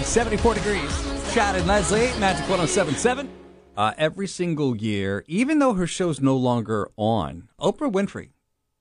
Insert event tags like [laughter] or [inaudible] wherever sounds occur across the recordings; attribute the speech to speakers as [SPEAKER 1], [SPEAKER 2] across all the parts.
[SPEAKER 1] 74 degrees. Chad and Leslie, Magic 1077. Uh, every single year, even though her show's no longer on, Oprah Winfrey,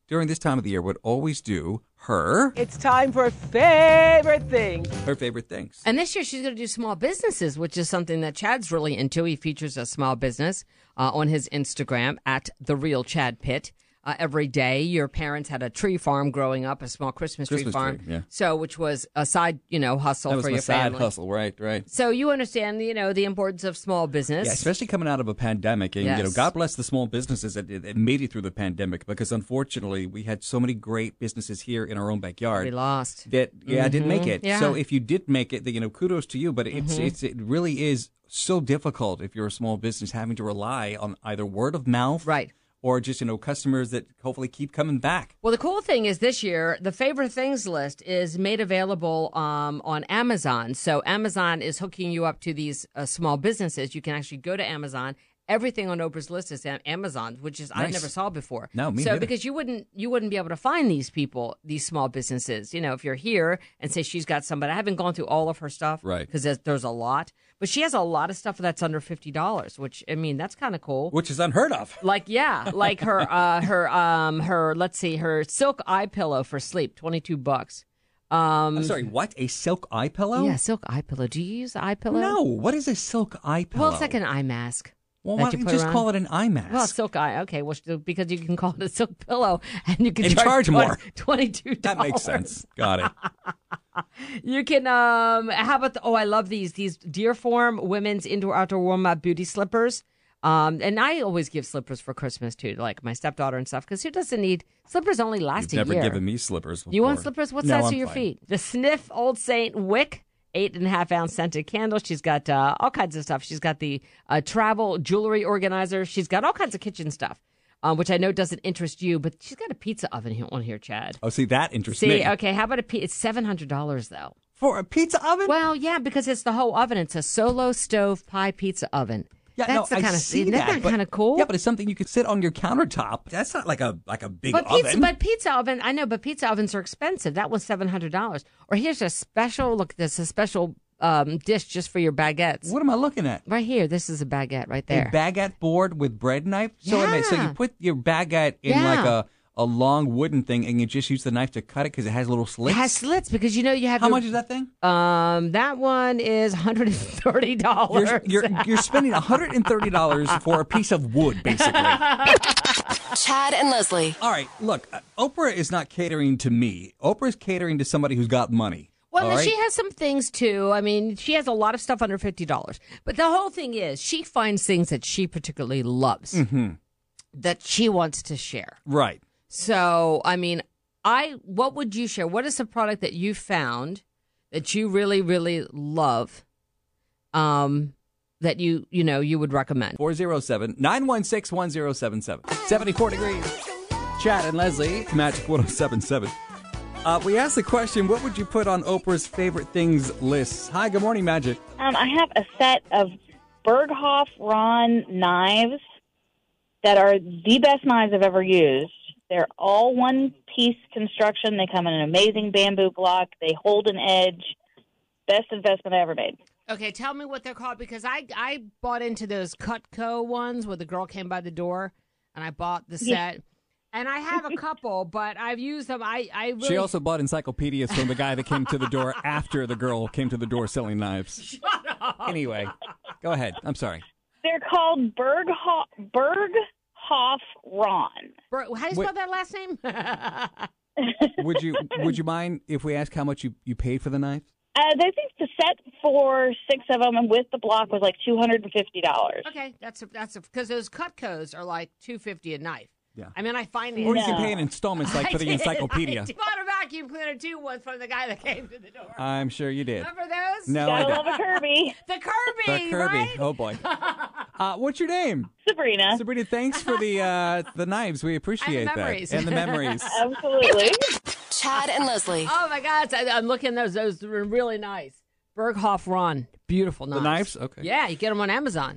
[SPEAKER 1] during this time of the year, would always do her
[SPEAKER 2] It's time for favorite things.
[SPEAKER 1] her favorite things.
[SPEAKER 3] And this year she's going to do small businesses, which is something that Chad's really into. He features a small business uh, on his Instagram at the real Chad Pitt. Uh, every day, your parents had a tree farm growing up, a small Christmas, tree
[SPEAKER 1] Christmas
[SPEAKER 3] farm.
[SPEAKER 1] tree, yeah.
[SPEAKER 3] So, which was a side, you know, hustle
[SPEAKER 1] That was
[SPEAKER 3] for
[SPEAKER 1] my
[SPEAKER 3] your
[SPEAKER 1] side
[SPEAKER 3] family.
[SPEAKER 1] hustle, right? Right.
[SPEAKER 3] So you understand, you know, the importance of small business.
[SPEAKER 1] Yeah, especially coming out of a pandemic, and you know,
[SPEAKER 3] Yes.
[SPEAKER 1] God bless the small businesses that, that made it through the pandemic. Because unfortunately, we had so many great businesses here in our own backyard.
[SPEAKER 3] we lost.
[SPEAKER 1] that yeah I didn't make it.
[SPEAKER 3] Mm-hmm. Yeah. Mm-hmm.
[SPEAKER 1] So if you did make it, then, you know, kudos to you. But it's it's it really is so difficult if you're a small business having to rely on either word of mouth,
[SPEAKER 3] Right.
[SPEAKER 1] or just you know customers that hopefully keep coming back.
[SPEAKER 3] Well, the cool thing is this year, the favorite things list is made available um, on Amazon. So Amazon is hooking you up to these uh, small businesses. You can actually go to Amazon. Everything on Oprah's list is on Amazon, which is I
[SPEAKER 1] Nice.
[SPEAKER 3] never saw before.
[SPEAKER 1] No, me
[SPEAKER 3] So
[SPEAKER 1] neither.
[SPEAKER 3] because you wouldn't you wouldn't be able to find these people, these small businesses. You know, if you're here and say she's got somebody, I haven't gone through all of her stuff,
[SPEAKER 1] Right.
[SPEAKER 3] Because there's, there's a lot, but she has a lot of stuff that's under fifty dollars, which I mean that's kind of cool
[SPEAKER 1] Which is unheard of.
[SPEAKER 3] like yeah like her uh her um her let's see her silk eye pillow for sleep 22 bucks um
[SPEAKER 1] I'm sorry, what? A silk eye pillow?
[SPEAKER 3] yeah silk eye pillow do you use eye pillow
[SPEAKER 1] No, what is a silk eye pillow?
[SPEAKER 3] well it's like an eye mask
[SPEAKER 1] Well,
[SPEAKER 3] that
[SPEAKER 1] why don't you
[SPEAKER 3] put
[SPEAKER 1] just
[SPEAKER 3] around.
[SPEAKER 1] call it an eye mask?
[SPEAKER 3] well, silk eye. Okay, well, sh- because you can call it a silk pillow, [laughs] and you can
[SPEAKER 1] And charge more.
[SPEAKER 3] [laughs] Twenty-two.
[SPEAKER 1] [laughs] that makes
[SPEAKER 3] Oh.
[SPEAKER 1] sense. Got
[SPEAKER 3] [laughs]
[SPEAKER 1] it.
[SPEAKER 3] You can. Um, how about the? Oh, I love these. These Deerform women's indoor outdoor warm up beauty slippers. Um, and I always give slippers for Christmas too, to, like my stepdaughter and stuff, because who doesn't need slippers? Only last
[SPEAKER 1] You've
[SPEAKER 3] a
[SPEAKER 1] never
[SPEAKER 3] year.
[SPEAKER 1] given me slippers. Before.
[SPEAKER 3] You want slippers? What
[SPEAKER 1] No,
[SPEAKER 3] size
[SPEAKER 1] I'm
[SPEAKER 3] are your
[SPEAKER 1] fine.
[SPEAKER 3] feet? The Sniff Old Saint Wick, eight and a half ounce scented candle. She's got uh, all kinds of stuff. She's got the uh, travel jewelry organizer. She's got all kinds of kitchen stuff, um, which I know doesn't interest you, but she's got a pizza oven here, on here, Chad.
[SPEAKER 1] Oh, see that interests
[SPEAKER 3] See,
[SPEAKER 1] me.
[SPEAKER 3] okay, how about a pizza? It's seven hundred dollars though.
[SPEAKER 1] For a pizza oven?
[SPEAKER 3] Well, yeah, because it's the whole oven. It's a solo stove pie pizza oven.
[SPEAKER 1] Yeah,
[SPEAKER 3] that's
[SPEAKER 1] no,
[SPEAKER 3] the
[SPEAKER 1] I
[SPEAKER 3] kind of
[SPEAKER 1] see
[SPEAKER 3] isn't
[SPEAKER 1] that, but-
[SPEAKER 3] kind of cool.
[SPEAKER 1] Yeah, but it's something you could sit on your countertop. That's not like a like a big
[SPEAKER 3] But
[SPEAKER 1] oven.
[SPEAKER 3] pizza, but pizza oven, I know, but pizza ovens are expensive. That was seven hundred dollars. Or here's a special look. There's a special um, dish just for your baguettes.
[SPEAKER 1] what am I looking at?
[SPEAKER 3] Right here, this is a baguette right
[SPEAKER 1] A
[SPEAKER 3] there.
[SPEAKER 1] baguette board with bread knife. So wait a minute, so you
[SPEAKER 3] Yeah.
[SPEAKER 1] put your baguette in
[SPEAKER 3] Yeah.
[SPEAKER 1] like a a long wooden thing, and you just use the knife to cut it because it has little
[SPEAKER 3] it
[SPEAKER 1] slits.
[SPEAKER 3] has slits because you know you have.
[SPEAKER 1] How
[SPEAKER 3] your-
[SPEAKER 1] much is that thing?
[SPEAKER 3] Um, that one is one hundred and thirty dollars.
[SPEAKER 1] You're, you're you're spending 130
[SPEAKER 3] [laughs]
[SPEAKER 1] dollars for a piece of wood, basically.
[SPEAKER 4] Chad and Leslie.
[SPEAKER 1] All right, look, uh, Oprah is not catering to me. Oprah's catering to somebody who's got money.
[SPEAKER 3] Well,
[SPEAKER 1] all
[SPEAKER 3] now,
[SPEAKER 1] right?
[SPEAKER 3] she has some things too. I mean, she has a lot of stuff under fifty dollars. But the whole thing is, she finds things that she particularly loves
[SPEAKER 1] Mm-hmm.
[SPEAKER 3] that she wants to share.
[SPEAKER 1] right.
[SPEAKER 3] So, I mean, I what would you share? What is the product that you found that you really, really love? Um, that you you know you would recommend.
[SPEAKER 1] 407 916 1077. 74 degrees. Chad and Leslie, Magic 1077. Uh, we asked the question what would you put on Oprah's favorite things list? Hi, good morning, Magic.
[SPEAKER 5] Um, I have a set of Berghoff Ron knives that are the best knives I've ever used. They're all one piece construction. They come in an amazing bamboo block. They hold an edge. Best investment I ever made.
[SPEAKER 3] Okay, tell me what they're called because I I bought into those Cutco ones where the girl came by the door and I bought the
[SPEAKER 5] Yeah.
[SPEAKER 3] set. And I have a couple, but I've used them. I I really
[SPEAKER 1] She also bought encyclopedias from the guy that came to the door [laughs] after the girl came to the door selling knives. Shut up. Anyway, go ahead. I'm sorry.
[SPEAKER 5] They're called Berghoff, Berghoff Ron.
[SPEAKER 3] Bro, how do you
[SPEAKER 1] Wait.
[SPEAKER 3] spell that last name? [laughs] okay,
[SPEAKER 1] Would
[SPEAKER 3] [laughs]
[SPEAKER 1] you would you mind if we ask how much you, you paid for the knives?
[SPEAKER 5] Uh, I think the set for six of them and with the block was like two hundred and fifty dollars.
[SPEAKER 3] that's a, that's because those Cutcos are like two fifty a knife.
[SPEAKER 1] Yeah.
[SPEAKER 3] I mean I financed.
[SPEAKER 1] Or you can
[SPEAKER 5] No.
[SPEAKER 1] pay in installments like
[SPEAKER 3] I
[SPEAKER 1] for the
[SPEAKER 3] did. [laughs]
[SPEAKER 1] encyclopedia.
[SPEAKER 3] I did. bought a vacuum cleaner too once from the guy that came to the door.
[SPEAKER 1] I'm sure you did.
[SPEAKER 3] Remember those?
[SPEAKER 1] Uh, No, I
[SPEAKER 5] Gotta
[SPEAKER 1] don't.
[SPEAKER 5] love a Kirby,
[SPEAKER 3] The Kirby.
[SPEAKER 1] The Kirby.
[SPEAKER 3] right?
[SPEAKER 1] Oh
[SPEAKER 3] [laughs]
[SPEAKER 1] boy. Uh, what's your name?
[SPEAKER 5] Sabrina.
[SPEAKER 1] Sabrina, thanks for the uh, the knives. We appreciate
[SPEAKER 3] memories.
[SPEAKER 1] that and the memories.
[SPEAKER 5] Absolutely.
[SPEAKER 4] Chad and Leslie.
[SPEAKER 3] Oh my God! I, I'm looking at those. Those were really nice. Berghoff Ron, beautiful knives.
[SPEAKER 1] knives? Okay.
[SPEAKER 3] Yeah, you get them on Amazon.